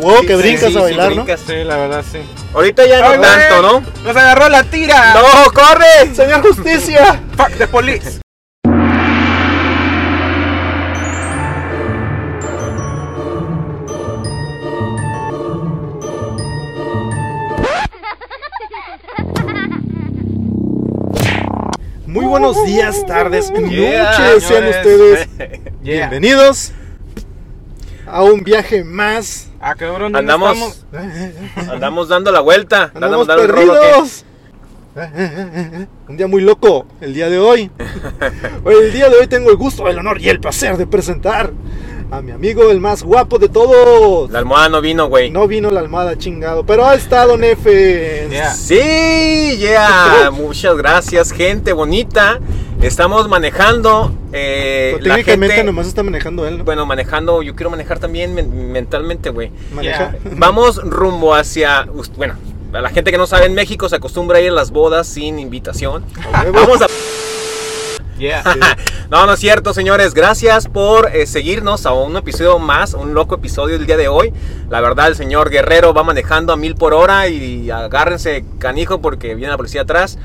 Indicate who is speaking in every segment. Speaker 1: Wow,
Speaker 2: Sí,
Speaker 1: que
Speaker 2: sí,
Speaker 1: brincas
Speaker 2: sí,
Speaker 1: a
Speaker 2: sí,
Speaker 1: bailar, ¿no?
Speaker 2: brincas.
Speaker 3: Sí, la verdad, sí.
Speaker 2: Ahorita ya
Speaker 3: ¡Ay,
Speaker 2: no
Speaker 3: güey!
Speaker 2: tanto, ¿no?
Speaker 3: ¡Nos agarró la tira!
Speaker 2: ¡No, corre!
Speaker 1: Señor Justicia.
Speaker 3: ¡Fuck the police!
Speaker 1: Muy buenos días, tardes,
Speaker 3: Yeah,
Speaker 1: noches, sean
Speaker 3: señores.
Speaker 1: ustedes
Speaker 3: Yeah.
Speaker 1: bienvenidos a un viaje más.
Speaker 3: Ah, cabrón, ¿dónde
Speaker 2: Andamos-
Speaker 3: estamos?
Speaker 2: Andamos dando la vuelta.
Speaker 1: Andamos
Speaker 2: dando el rolo, ¿qué?
Speaker 1: perdidos. Un día muy loco el día de hoy. Hoy, El día de hoy tengo el gusto, el honor y el placer de presentar a mi amigo el más guapo de todos.
Speaker 2: La almohada no vino, güey.
Speaker 1: No vino la almada chingado, pero ha estado Don F.
Speaker 3: Yeah.
Speaker 2: Sí, yeah. Muchas gracias, gente bonita. Estamos manejando. eh,
Speaker 1: Pero
Speaker 2: la
Speaker 1: técnicamente
Speaker 2: gente,
Speaker 1: nomás está manejando él, ¿no?
Speaker 2: Bueno, manejando. Yo quiero manejar también men- mentalmente, güey.
Speaker 1: Maneja.
Speaker 2: Vamos rumbo hacia. us- Bueno, a la gente que no sabe, en México se acostumbra a ir a las bodas sin invitación.
Speaker 1: A huevo.
Speaker 2: Vamos a.
Speaker 3: Yeah.
Speaker 2: No, no es cierto, señores. Gracias por eh, seguirnos a un episodio más, un loco episodio del día de hoy. La verdad, el señor Guerrero va manejando a mil por hora y agárrense canijo porque viene la policía atrás.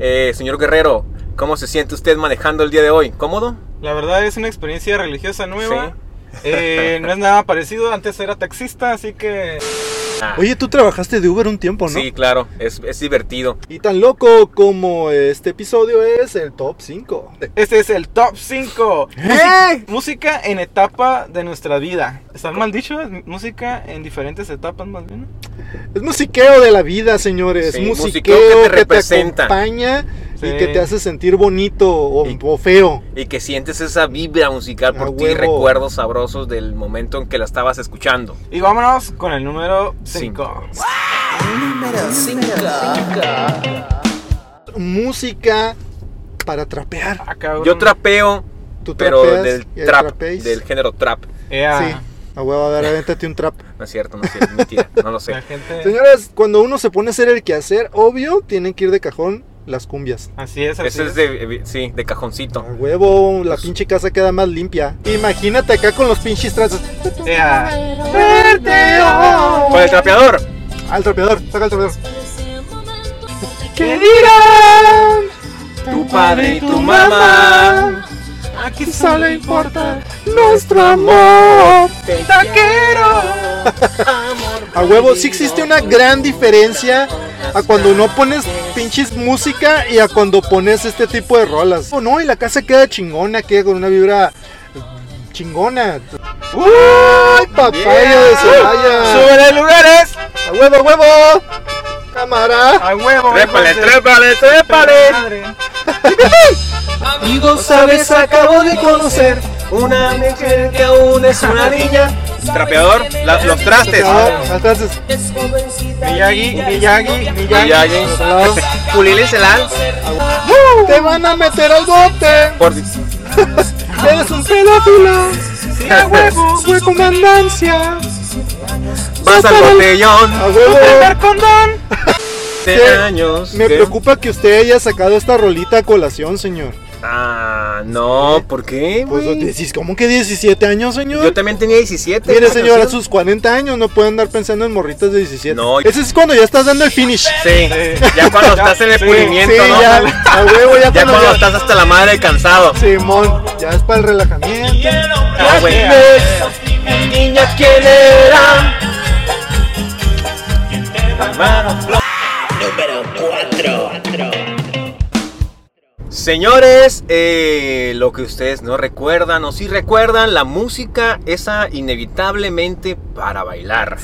Speaker 2: Eh, señor Guerrero, ¿cómo se siente usted manejando el día de hoy? ¿Cómodo?
Speaker 3: La verdad es una experiencia religiosa nueva. Eh, no es nada parecido, antes era taxista, así que...
Speaker 1: Oye, tú trabajaste de Uber un tiempo, ¿no?
Speaker 2: Ah, Sí, claro, es, es divertido.
Speaker 1: Y tan loco como este episodio es el top 5.
Speaker 3: Este es el top 5.
Speaker 2: ¿Qué?
Speaker 3: Música en etapa de nuestra vida. ¿Está mal dicho? Música en diferentes etapas más bien.
Speaker 1: Es musiqueo de la vida, señores.
Speaker 2: Sí,
Speaker 1: musiqueo, que te,
Speaker 2: representa.
Speaker 1: acompaña
Speaker 3: Sí.
Speaker 1: y que te hace sentir bonito o,
Speaker 2: Y-
Speaker 1: o feo.
Speaker 2: Y que sientes esa vibra musical
Speaker 1: A
Speaker 2: por ti,
Speaker 1: huevo.
Speaker 2: recuerdos sabrosos del momento en que la estabas escuchando.
Speaker 3: Y vámonos con el número 5.
Speaker 1: Música para trapear.
Speaker 3: Ah,
Speaker 2: Yo trapeo,
Speaker 1: Tú
Speaker 2: pero
Speaker 1: trapeas
Speaker 2: del
Speaker 1: y ahí
Speaker 2: trap,
Speaker 1: trapeáis.
Speaker 2: del género trap.
Speaker 1: Sí.
Speaker 3: Ah.
Speaker 1: A huevo, a ver, avéntate un trap.
Speaker 2: No es cierto, no es cierto, mentira, no lo
Speaker 3: La
Speaker 2: sé.
Speaker 3: gente...
Speaker 1: Señores, cuando uno se pone a hacer el quehacer, obvio, tienen que ir de cajón las cumbias.
Speaker 3: Así es, así
Speaker 2: Ese
Speaker 3: es.
Speaker 2: es de, sí, de
Speaker 1: A
Speaker 2: cajoncito.
Speaker 1: huevo, la pinche casa queda más limpia. Imagínate acá con los pinches trazos.
Speaker 3: Ea.
Speaker 2: Con el trapeador.
Speaker 1: Al trapeador, saca el trapeador.
Speaker 3: ¿Qué
Speaker 1: dirán?
Speaker 2: Tu padre y tu mamá.
Speaker 3: Aquí
Speaker 1: Solo importa nuestro amor. A huevo, sí existe una gran diferencia a cuando no pones pinches música y a cuando pones este tipo de rolas. O no, y la casa queda chingona, queda con una vibra chingona. ¡Uy, papaya de Celaya!
Speaker 3: ¡Súbele lugares!
Speaker 1: ¡A huevo, a huevo! ¡Cámara!
Speaker 3: ¡A huevo!
Speaker 2: Trépale,
Speaker 3: hijos de-
Speaker 2: trépale, trépale.
Speaker 3: Madre.
Speaker 2: Amigos, sabes, acabo de conocer una mujer que aún es una niña. Trapeador, la- los trastes.
Speaker 1: Ah, Entonces,
Speaker 3: Miyagi, Miyagi, Miyagi.
Speaker 2: Miyagi. Puliles el al.
Speaker 1: te van a meter al bote.
Speaker 2: Por-
Speaker 1: Eres un pedófilo.
Speaker 3: Sí, a huevo.
Speaker 1: Fue comandancia.
Speaker 2: Vas al
Speaker 1: A
Speaker 2: botellón.
Speaker 1: huevo.
Speaker 3: Primer condón.
Speaker 1: Ah, Sí.
Speaker 2: De años.
Speaker 1: Me
Speaker 2: ¿Qué?
Speaker 1: preocupa que usted haya sacado esta rolita a colación, señor.
Speaker 2: Ah, no, ¿por qué?
Speaker 1: Pues,
Speaker 2: güey?
Speaker 1: dices, ¿cómo que 17 años,
Speaker 2: Yo
Speaker 1: señor?
Speaker 2: también tenía 17.
Speaker 1: Mire,
Speaker 2: ¿no?
Speaker 1: señor, a sus 40 años no puede andar pensando en morritas de 17.
Speaker 2: No.
Speaker 1: Ese es cuando ya estás dando el finish.
Speaker 2: Sí, ya cuando estás en el
Speaker 3: Sí,
Speaker 2: pulimiento,
Speaker 1: sí,
Speaker 2: ¿no?
Speaker 1: ya.
Speaker 2: Ya
Speaker 1: A huevo, ya, cuando
Speaker 2: cuando
Speaker 1: ya-
Speaker 2: estás hasta la madre de cansado.
Speaker 1: Simón, ya es para el relajamiento.
Speaker 2: Ah, güey. Niña, ¿quién era? Señores, eh, lo que ustedes no recuerdan o sí recuerdan, la música esa inevitablemente para bailar.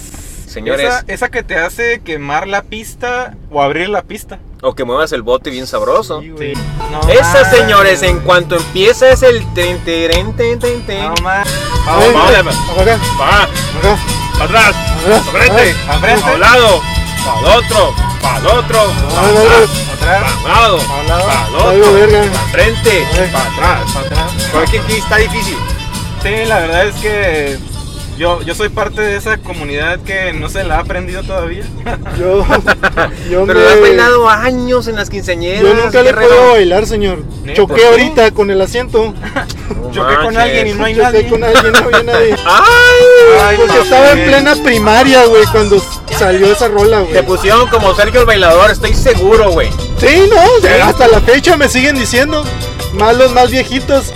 Speaker 2: Señores,
Speaker 3: Esa, esa que te hace quemar la pista o abrir la pista.
Speaker 2: o que muevas el bote bien sabroso.
Speaker 1: Sí,
Speaker 3: Sí.
Speaker 1: güey.
Speaker 3: No
Speaker 2: Esa,
Speaker 3: mames.
Speaker 2: señores, en cuanto empieza es el ten, teren, ten, ten, ten.
Speaker 3: No más.
Speaker 1: A ver,
Speaker 2: vamos,
Speaker 1: acá, acá,
Speaker 2: Va,
Speaker 1: acá.
Speaker 2: pa' atrás,
Speaker 1: atrás,
Speaker 2: frente,
Speaker 3: pa' frente.
Speaker 2: pa' un lado, para el otro, para el otro, para
Speaker 1: ver,
Speaker 2: atrás,
Speaker 3: Otra.
Speaker 2: pa' un lado,
Speaker 1: Pa' un lado,
Speaker 2: para
Speaker 1: pa'
Speaker 2: el
Speaker 1: algo,
Speaker 2: otro,
Speaker 1: verga.
Speaker 2: para frente,
Speaker 1: A ver.
Speaker 2: para atrás.
Speaker 3: Otra.
Speaker 2: Porque aquí está difícil.
Speaker 3: Sí, la verdad es que Yo, yo soy parte de esa comunidad que no se la ha aprendido todavía.
Speaker 1: Yo, yo,
Speaker 2: Pero
Speaker 1: me-
Speaker 2: lo has bailado años en las quinceañeras.
Speaker 1: yo nunca le
Speaker 2: Guerrero.
Speaker 1: puedo bailar, señor.
Speaker 3: Neta, ¿por
Speaker 1: Choqué
Speaker 3: qué?
Speaker 1: ahorita con el asiento.
Speaker 2: No
Speaker 3: Choqué con
Speaker 2: manches.
Speaker 3: alguien y no hay
Speaker 1: Choqué
Speaker 3: nadie.
Speaker 1: con alguien, no había nadie.
Speaker 2: ¡Ay!
Speaker 3: Ay,
Speaker 1: Porque
Speaker 3: no,
Speaker 1: estaba en
Speaker 3: güey.
Speaker 1: plena primaria, güey, cuando salió esa rola, güey.
Speaker 2: Te pusieron como Sergio el bailador, estoy seguro, güey.
Speaker 1: Sí, no, de- hasta la fecha me siguen diciendo, más los más viejitos.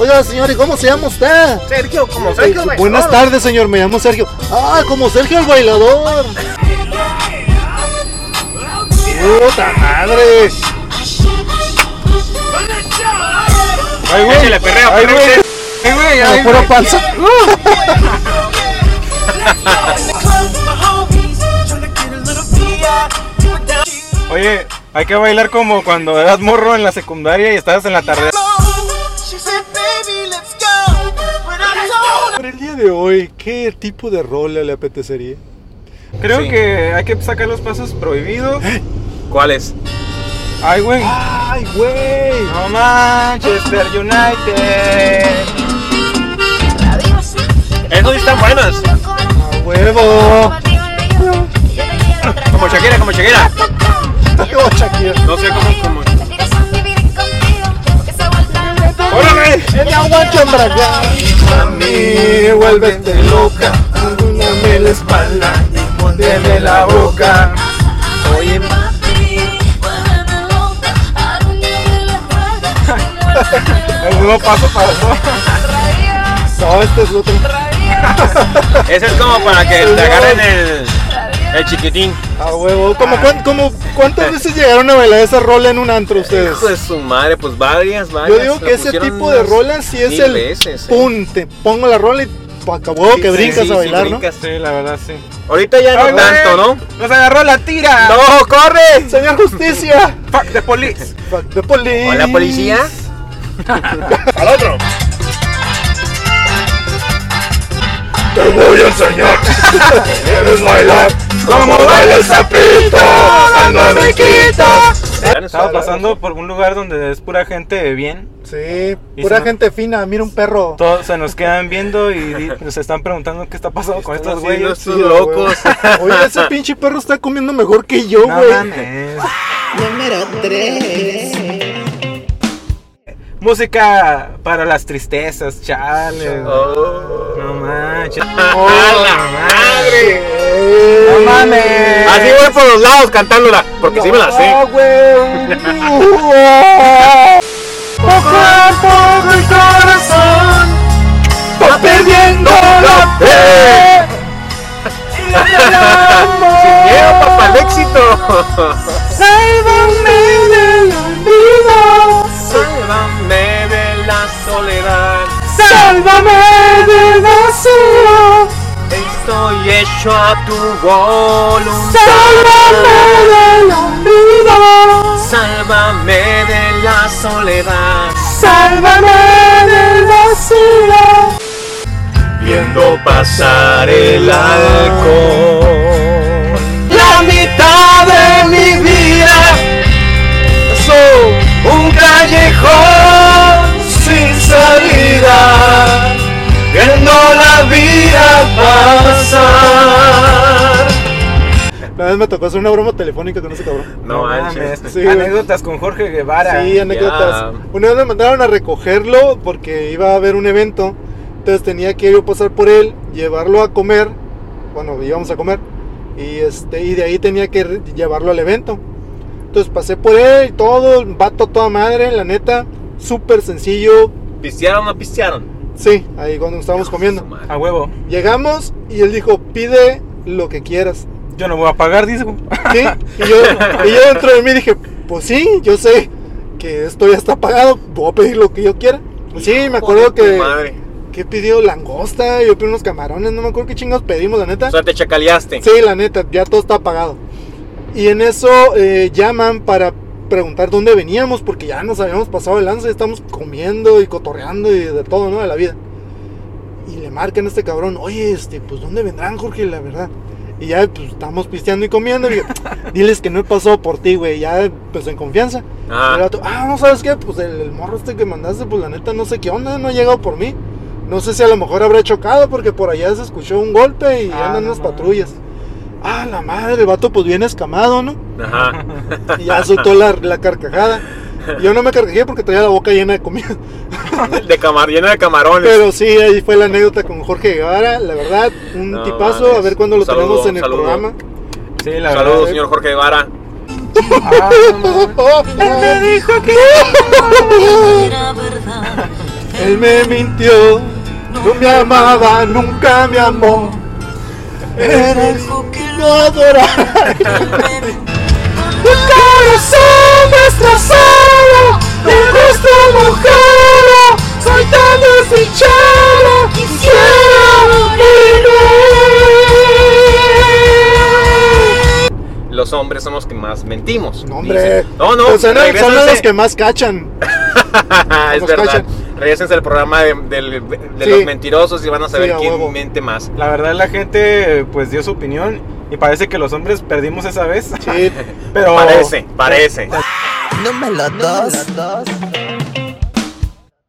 Speaker 1: Oiga, señor, ¿y cómo se llama usted?
Speaker 2: Sergio, como Sergio el bailador.
Speaker 1: Buenas tardes, señor, me llamo Sergio. Ah, como Sergio el bailador. Puta madre.
Speaker 3: Ay, güey. Échale, perreo,
Speaker 1: Ay,
Speaker 3: perreo,
Speaker 1: güey.
Speaker 3: échale. Ay, güey, ay,
Speaker 1: Me puro
Speaker 3: güey.
Speaker 1: panza.
Speaker 3: Oye, hay que bailar como cuando eras morro en la secundaria y estabas en la tarde.
Speaker 1: Para el día de hoy, ¿qué tipo de rola le apetecería?
Speaker 3: Creo
Speaker 2: Sí.
Speaker 3: que hay que sacar los pasos prohibidos.
Speaker 2: ¿Cuál es?
Speaker 3: Ay, güey.
Speaker 2: Ah,
Speaker 1: Ay, güey.
Speaker 3: No Manchester United.
Speaker 2: Esas sí están buenas.
Speaker 1: A huevo.
Speaker 2: Como Shakira, como Shakira.
Speaker 1: Como Shakira.
Speaker 2: No sé cómo, como.
Speaker 1: Órale. El agua que embraga. A mí, vuélvete loca. Dame la espalda. Deme la boca.
Speaker 2: Oye,
Speaker 3: El mismo paso para todos.
Speaker 1: No, este es otro.
Speaker 2: ese es como para que te agarren el, el chiquitín.
Speaker 1: A huevo. ¿Cómo, cuán- cómo- ¿Cuántas veces llegaron a bailar esa rola en un antro ustedes?
Speaker 2: Hijo de su madre, pues varias, varias.
Speaker 1: Yo digo
Speaker 2: la
Speaker 1: que ese
Speaker 2: pusieron
Speaker 1: tipo de
Speaker 2: unas
Speaker 1: rola sí es
Speaker 2: mil
Speaker 1: el
Speaker 2: veces, eh.
Speaker 1: pum, te pongo la rola y pa- acabó que
Speaker 2: Sí,
Speaker 1: brincas
Speaker 2: sí,
Speaker 1: a
Speaker 2: sí,
Speaker 1: bailar,
Speaker 2: brincas.
Speaker 3: Sí, la verdad, sí.
Speaker 2: Ahorita ya no
Speaker 3: Ay, güey,
Speaker 2: tanto, ¿no?
Speaker 3: Nos agarró la tira.
Speaker 2: ¡No, corre!
Speaker 1: Ah, ¿no? Señor Justicia.
Speaker 3: Fuck the police.
Speaker 1: Fuck the police.
Speaker 2: Hola, policía.
Speaker 1: Al otro.
Speaker 3: Estaba pasando por un lugar donde es pura gente de bien.
Speaker 1: Sí,
Speaker 3: Y
Speaker 1: pura
Speaker 3: se-
Speaker 1: gente fina. Mira un perro.
Speaker 3: Todos se nos quedan viendo y di- nos están preguntando qué está pasando con
Speaker 2: Están
Speaker 3: estos
Speaker 2: haciendo
Speaker 3: güeyes.
Speaker 2: estos
Speaker 1: Sí, a huevo.
Speaker 2: locos.
Speaker 1: Oye, ese pinche perro está comiendo mejor que yo,
Speaker 3: No
Speaker 1: güey.
Speaker 3: mames.
Speaker 4: Número 3.
Speaker 3: Música para las tristezas, chale. güey.
Speaker 2: Oh.
Speaker 3: No manches.
Speaker 1: ¡Oh,
Speaker 2: ¡A la madre!
Speaker 1: No
Speaker 3: No mames.
Speaker 2: Así voy por los lados cantándola, porque sí me la
Speaker 1: Ah,
Speaker 2: sé.
Speaker 1: güey. Poco a poco el corazón va perdiendo la fe.
Speaker 2: ¡Llego, papá, al éxito! Sálvame de la soledad. Estoy hecho a tu voluntad. Sálvame de la soledad. Viendo pasar el alcohol. La mitad de mi vida. Soy un callejón sin salida. Viendo la vida pasar.
Speaker 1: Una vez me tocó hacer una broma telefónica con ese cabrón.
Speaker 2: No manches.
Speaker 1: Sí, güey.
Speaker 3: Anécdotas con Jorge Guevara.
Speaker 1: Sí, anécdotas.
Speaker 2: Ya.
Speaker 1: Una vez me mandaron a recogerlo porque iba a haber un evento. Entonces tenía que yo pasar por él, llevarlo a comer. Bueno, íbamos a comer. Y, este, y de ahí tenía que re- llevarlo al evento. Entonces pasé por él y todo, vato a toda madre, la neta. Súper sencillo.
Speaker 2: ¿Pistearon o no pistearon?
Speaker 1: Sí, ahí cuando estábamos comiendo. Ah,
Speaker 3: A huevo.
Speaker 1: Llegamos y él dijo, pide lo que quieras.
Speaker 3: Yo no voy a pagar, dice.
Speaker 1: ¿Sí? Y yo, y yo dentro de mí dije, pues sí, yo sé que esto ya está pagado, voy a pedir lo que yo quiera. Sí, me acuerdo
Speaker 2: Joder, tu
Speaker 1: que,
Speaker 2: Madre.
Speaker 1: que he pedido langosta, yo pedí unos camarones, no me acuerdo qué chingados pedimos, la neta.
Speaker 2: O sea, te chacaleaste.
Speaker 1: Sí, la neta, ya todo está pagado. Y en eso eh, llaman para preguntar dónde veníamos, porque ya nos habíamos pasado el lance, estamos comiendo y cotorreando y de todo, ¿no? De la vida. Y le marcan a este cabrón, oye, este, pues ¿dónde vendrán, Jorge? La verdad. Y ya pues, estamos pisteando y comiendo. Y digo, diles que no he pasado por ti, güey. Ya, pues en confianza. Y el
Speaker 2: Ah,
Speaker 1: vato, ah, no sabes qué, pues el, el morro este que mandaste, pues la neta no sé qué onda, no ha llegado por mí. No sé si a lo mejor habrá chocado porque por allá se escuchó un golpe y
Speaker 3: Ah,
Speaker 1: andan
Speaker 3: no
Speaker 1: unas
Speaker 3: mames.
Speaker 1: patrullas. Ah, la madre, el vato pues bien escamado, ¿no?
Speaker 2: Ajá.
Speaker 1: Y ya soltó la, la carcajada. Yo no me carcajé porque traía la boca llena de comida.
Speaker 2: De camar, llena de camarones.
Speaker 1: Pero sí, ahí fue la anécdota con Jorge Guevara. La verdad, un
Speaker 2: No
Speaker 1: tipazo.
Speaker 2: mames.
Speaker 1: A ver cuándo lo
Speaker 2: Saludo,
Speaker 1: tenemos en el
Speaker 2: saludo.
Speaker 1: programa.
Speaker 3: Sí, la
Speaker 2: Saludos,
Speaker 1: eh.
Speaker 2: señor Jorge Guevara.
Speaker 3: verdad. Ah, no, no.
Speaker 1: Él me dijo que
Speaker 5: Era verdad.
Speaker 1: Él me mintió. No me amaba, nunca me amó. Eres no adoraba. corazón destrozado de nuestra mujer. Soy tan desdichado.
Speaker 2: Los hombres somos los que más mentimos.
Speaker 1: No, hombre.
Speaker 2: Dicen. No, eh. no.
Speaker 1: Pues son, son
Speaker 2: regrésense.
Speaker 1: los que más cachan.
Speaker 2: es
Speaker 1: nos
Speaker 2: verdad.
Speaker 1: cachan.
Speaker 2: Regresense al programa de, del- de
Speaker 1: Sí.
Speaker 2: los mentirosos y van a saber
Speaker 1: Sí, a
Speaker 2: quién
Speaker 1: huevo.
Speaker 2: mente más.
Speaker 3: La verdad la gente pues dio su opinión y parece que los hombres perdimos esa vez.
Speaker 1: Sí.
Speaker 3: Pero
Speaker 2: Parece, parece.
Speaker 4: Número dos.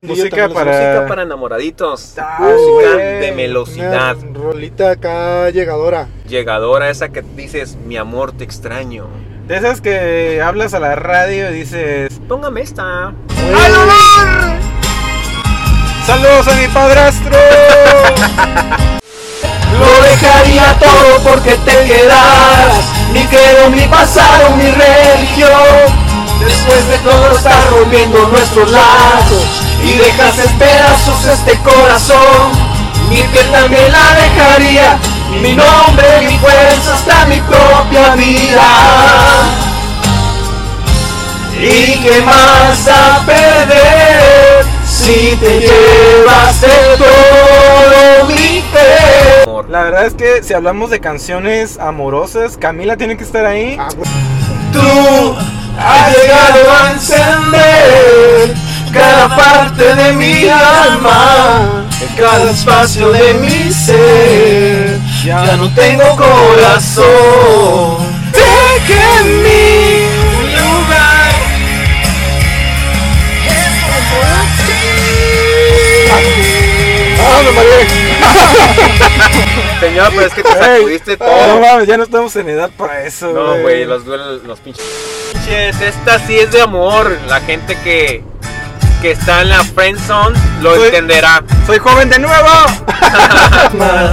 Speaker 3: música para,
Speaker 2: Música para enamoraditos.
Speaker 3: Ah,
Speaker 2: música
Speaker 3: güey.
Speaker 2: de
Speaker 1: Una
Speaker 2: velocidad.
Speaker 1: rolita acá llegadora.
Speaker 2: Llegadora, esa que dices, mi amor, te extraño.
Speaker 3: de esas que hablas a la radio y dices
Speaker 2: Póngame esta.
Speaker 1: ¡Ay,
Speaker 3: saludos a mi padrastro.
Speaker 6: Lo dejaría todo porque te quedaras. Mi credo, mi pasado, mi religión. Después de todo estás rompiendo nuestros lazos y dejas en pedazos este corazón. Mi piel también la dejaría. Mi nombre, mi fuerza, hasta mi propia vida. ¿Y qué más a perder si te llevas de todo mi fe?
Speaker 2: Amor.
Speaker 3: La verdad es que si hablamos de canciones amorosas, Camila tiene que estar ahí.
Speaker 1: Ah, güey.
Speaker 6: Tú has llegado a encender cada parte de mi alma, cada espacio de mi ser. Ya no tengo corazón. Deja en mí un lugar.
Speaker 1: Ah, me mareé.
Speaker 2: Señor, pero es que te
Speaker 3: Ey,
Speaker 2: sacudiste
Speaker 3: Ah, No
Speaker 2: todo.
Speaker 3: mames, ya no estamos en edad para eso.
Speaker 2: No, güey, los, duele- los pinches. Pinches, Esta sí es de amor. La gente que, que está en la friend zone lo
Speaker 6: Pues,
Speaker 3: Soy-
Speaker 2: entenderá.
Speaker 3: Soy joven de nuevo.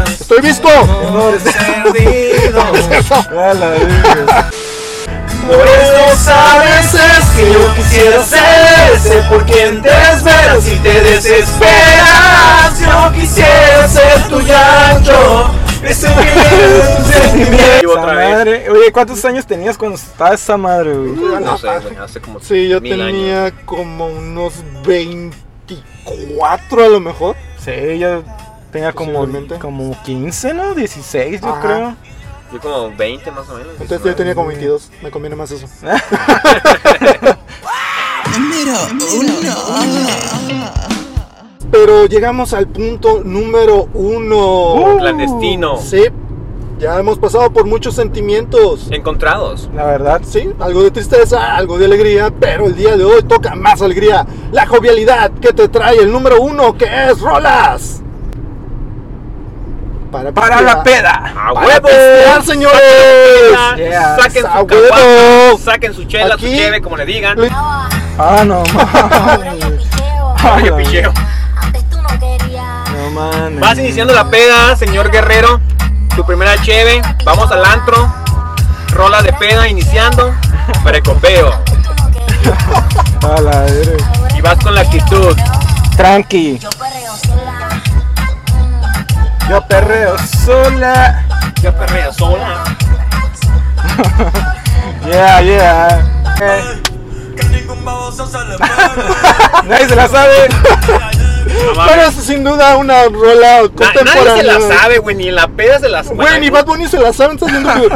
Speaker 1: Estoy visto.
Speaker 3: Ah, la verga.
Speaker 6: Por eso sabes es que yo quisiera ser ese por quien te esperas y te desesperas. Yo quisiera ser tu llanto, ese que es tu sentimiento.
Speaker 2: Y otra
Speaker 3: Esa
Speaker 2: vez.
Speaker 3: madre. Oye, ¿cuántos años tenías cuando estaba esa madre, güey?
Speaker 2: No sé, güey, hace como
Speaker 1: Sí, yo
Speaker 2: mil años.
Speaker 1: tenía como unos 24 a lo mejor.
Speaker 3: Sí, yo tenía como,
Speaker 1: Posiblemente.
Speaker 3: como 15, ¿no? 16, yo
Speaker 1: Ajá.
Speaker 3: creo.
Speaker 2: Yo como 20 más o menos.
Speaker 1: Entonces yo tenía como 22. Me conviene más eso. Pero llegamos al punto número uno.
Speaker 2: Clandestino.
Speaker 1: Uh, Sí, ya hemos pasado por muchos sentimientos.
Speaker 2: Encontrados.
Speaker 3: La verdad.
Speaker 1: Sí, algo de tristeza, algo de alegría, pero el día de hoy toca más alegría. La jovialidad que te trae el número uno, que es Rolas. Para,
Speaker 3: Para la
Speaker 1: peda.
Speaker 3: peda.
Speaker 2: ¡A
Speaker 1: Para
Speaker 2: huevo!
Speaker 1: pistear, señores.
Speaker 3: Yeah.
Speaker 2: Saquen
Speaker 1: ¡A
Speaker 2: su caguama,
Speaker 1: huevo!
Speaker 2: saquen su chela,
Speaker 1: Aquí-
Speaker 2: su cheve, como le digan.
Speaker 1: Le-
Speaker 3: Ah, no mames.
Speaker 2: Ay, qué picheo.
Speaker 5: Antes tú no querías.
Speaker 3: No mames.
Speaker 2: Vas iniciando la peda, señor Guerrero. Tu primera cheve. Vamos al antro. Rola de peda iniciando. Precopeo.
Speaker 5: Antes tú no querías.
Speaker 3: A la verga.
Speaker 2: Y vas con la actitud.
Speaker 3: Tranqui.
Speaker 5: Yo perreo sola.
Speaker 3: Yo perreo sola.
Speaker 2: Ya perreo sola.
Speaker 3: Yeah, yeah. Eh, nadie se la sabe.
Speaker 1: Pero es sin duda una rola
Speaker 2: nadie
Speaker 1: contemporánea.
Speaker 2: se la sabe, güey. Ni en la peda se la sabe.
Speaker 1: Güey, ni Bad Bunny se la sabe, estás viendo que-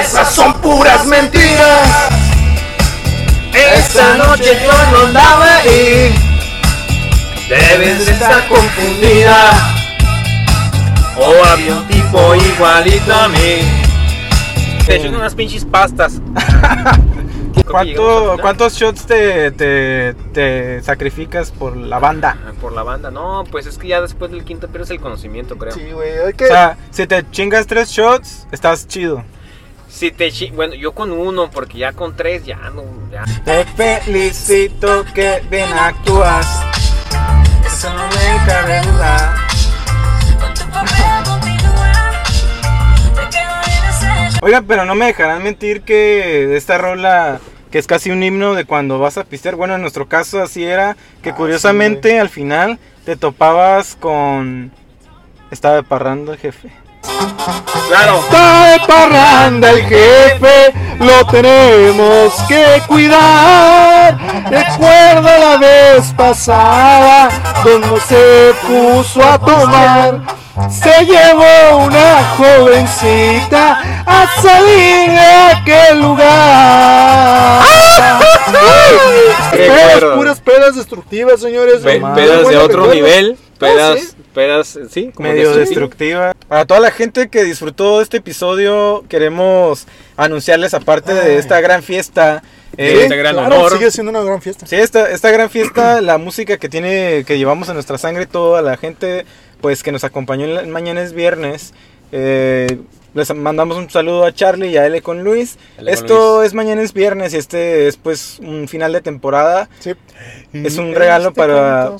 Speaker 6: Esas son puras mentiras. Esta noche yo no andaba ahí. Debes de estar confundida.
Speaker 2: Oh, había un
Speaker 6: Tipo igualito a mí.
Speaker 2: Te echan unas pinches pastas.
Speaker 3: ¿Qué
Speaker 2: Creo que llegamos
Speaker 3: ¿Cuánto,
Speaker 2: al final.
Speaker 3: ¿Cuántos shots te, te, te sacrificas por la banda?
Speaker 2: Ah, Por la banda, no, pues es que ya después del quinto pierdes el conocimiento, creo.
Speaker 1: Sí, güey. Hay que.
Speaker 3: O sea, si te chingas tres shots, estás chido.
Speaker 2: Si te chi- bueno, yo con uno, porque ya con tres ya no, ya.
Speaker 3: Te felicito que bien actúas. Eso no me cabe duda.
Speaker 5: Con tu papel continúa. Te quedo en ese
Speaker 3: Oiga, pero no me dejarán mentir que esta rola, que es casi un himno de cuando vas a pistear, bueno, en nuestro caso así era, que
Speaker 1: Ah,
Speaker 3: curiosamente al final te topabas con... Estaba de parrando el jefe.
Speaker 2: Claro,
Speaker 1: Está de parranda el jefe, lo tenemos que cuidar. Recuerda la vez pasada, cuando se puso a tomar. Se llevó una jovencita a salir de aquel lugar.
Speaker 2: Qué
Speaker 1: Pedas,
Speaker 2: gordo.
Speaker 1: puras pedas destructivas, señores.
Speaker 2: Pe-
Speaker 1: No mames,
Speaker 2: pedas de
Speaker 1: buenos
Speaker 2: otro
Speaker 1: recuerdos.
Speaker 2: nivel, pedas,
Speaker 1: sí.
Speaker 2: pedas, sí, como
Speaker 3: medio
Speaker 2: destructivo.
Speaker 3: destructiva. Para toda la gente que disfrutó de este episodio, queremos anunciarles, aparte de esta gran fiesta,
Speaker 1: Sí,
Speaker 3: eh,
Speaker 2: Este gran
Speaker 1: claro,
Speaker 2: honor.
Speaker 1: Sigue siendo una gran fiesta.
Speaker 3: sí, esta, esta gran fiesta, la música que tiene, que llevamos en nuestra sangre, toda la gente, pues que nos acompañó en la- mañana es viernes. eh, les mandamos un saludo a Charlie y a L con Luis.
Speaker 2: L con
Speaker 3: Esto
Speaker 2: Luis.
Speaker 3: es mañana es viernes y este es pues un final de temporada.
Speaker 1: Sí.
Speaker 3: Es un regalo para...
Speaker 1: No,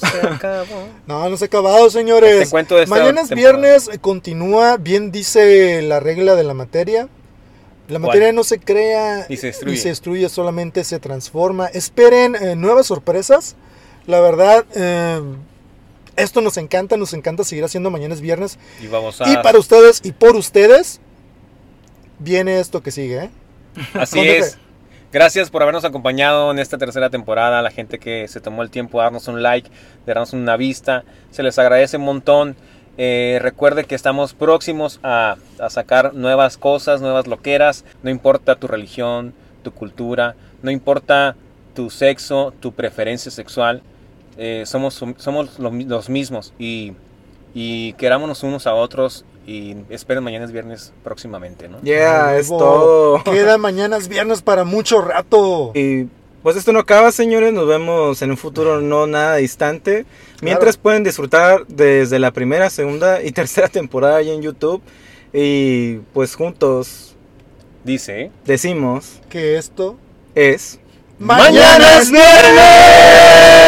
Speaker 1: no se ha acabado, señores.
Speaker 2: Este cuento de esta
Speaker 1: Mañana es
Speaker 2: temporada.
Speaker 1: viernes, eh, continúa, bien dice la regla de la materia. La
Speaker 2: ¿Cuál?
Speaker 1: materia no se crea
Speaker 2: Ni se destruye.
Speaker 1: ni se destruye, solamente se transforma. Esperen eh, nuevas sorpresas. La verdad, eh, esto nos encanta, nos encanta seguir haciendo mañana es viernes.
Speaker 2: Y vamos a
Speaker 1: Y para ustedes y por ustedes, viene esto que sigue. ¿eh?
Speaker 2: Así
Speaker 1: ¿Dónde
Speaker 2: es. Gracias por habernos acompañado en esta tercera temporada, la gente que se tomó el tiempo de darnos un like, de darnos una vista, se les agradece un montón. Eh, recuerde que estamos próximos a, a sacar nuevas cosas, nuevas loqueras, no importa tu religión, tu cultura, no importa tu sexo, tu preferencia sexual, eh, somos, somos lo mi- los mismos y, y querámonos unos a otros y esperen mañana es viernes próximamente, ¿no?
Speaker 3: Yeah, es
Speaker 1: Hubo-
Speaker 3: todo.
Speaker 1: Queda mañana es viernes para mucho rato.
Speaker 3: Y pues esto no acaba, señores. Nos vemos en un futuro no nada distante. Mientras pueden disfrutar desde la primera, segunda y tercera temporada ahí en YouTube. Y pues juntos
Speaker 2: Dice...
Speaker 3: decimos
Speaker 1: Que esto...
Speaker 3: es.
Speaker 1: ¡Mañana es viernes!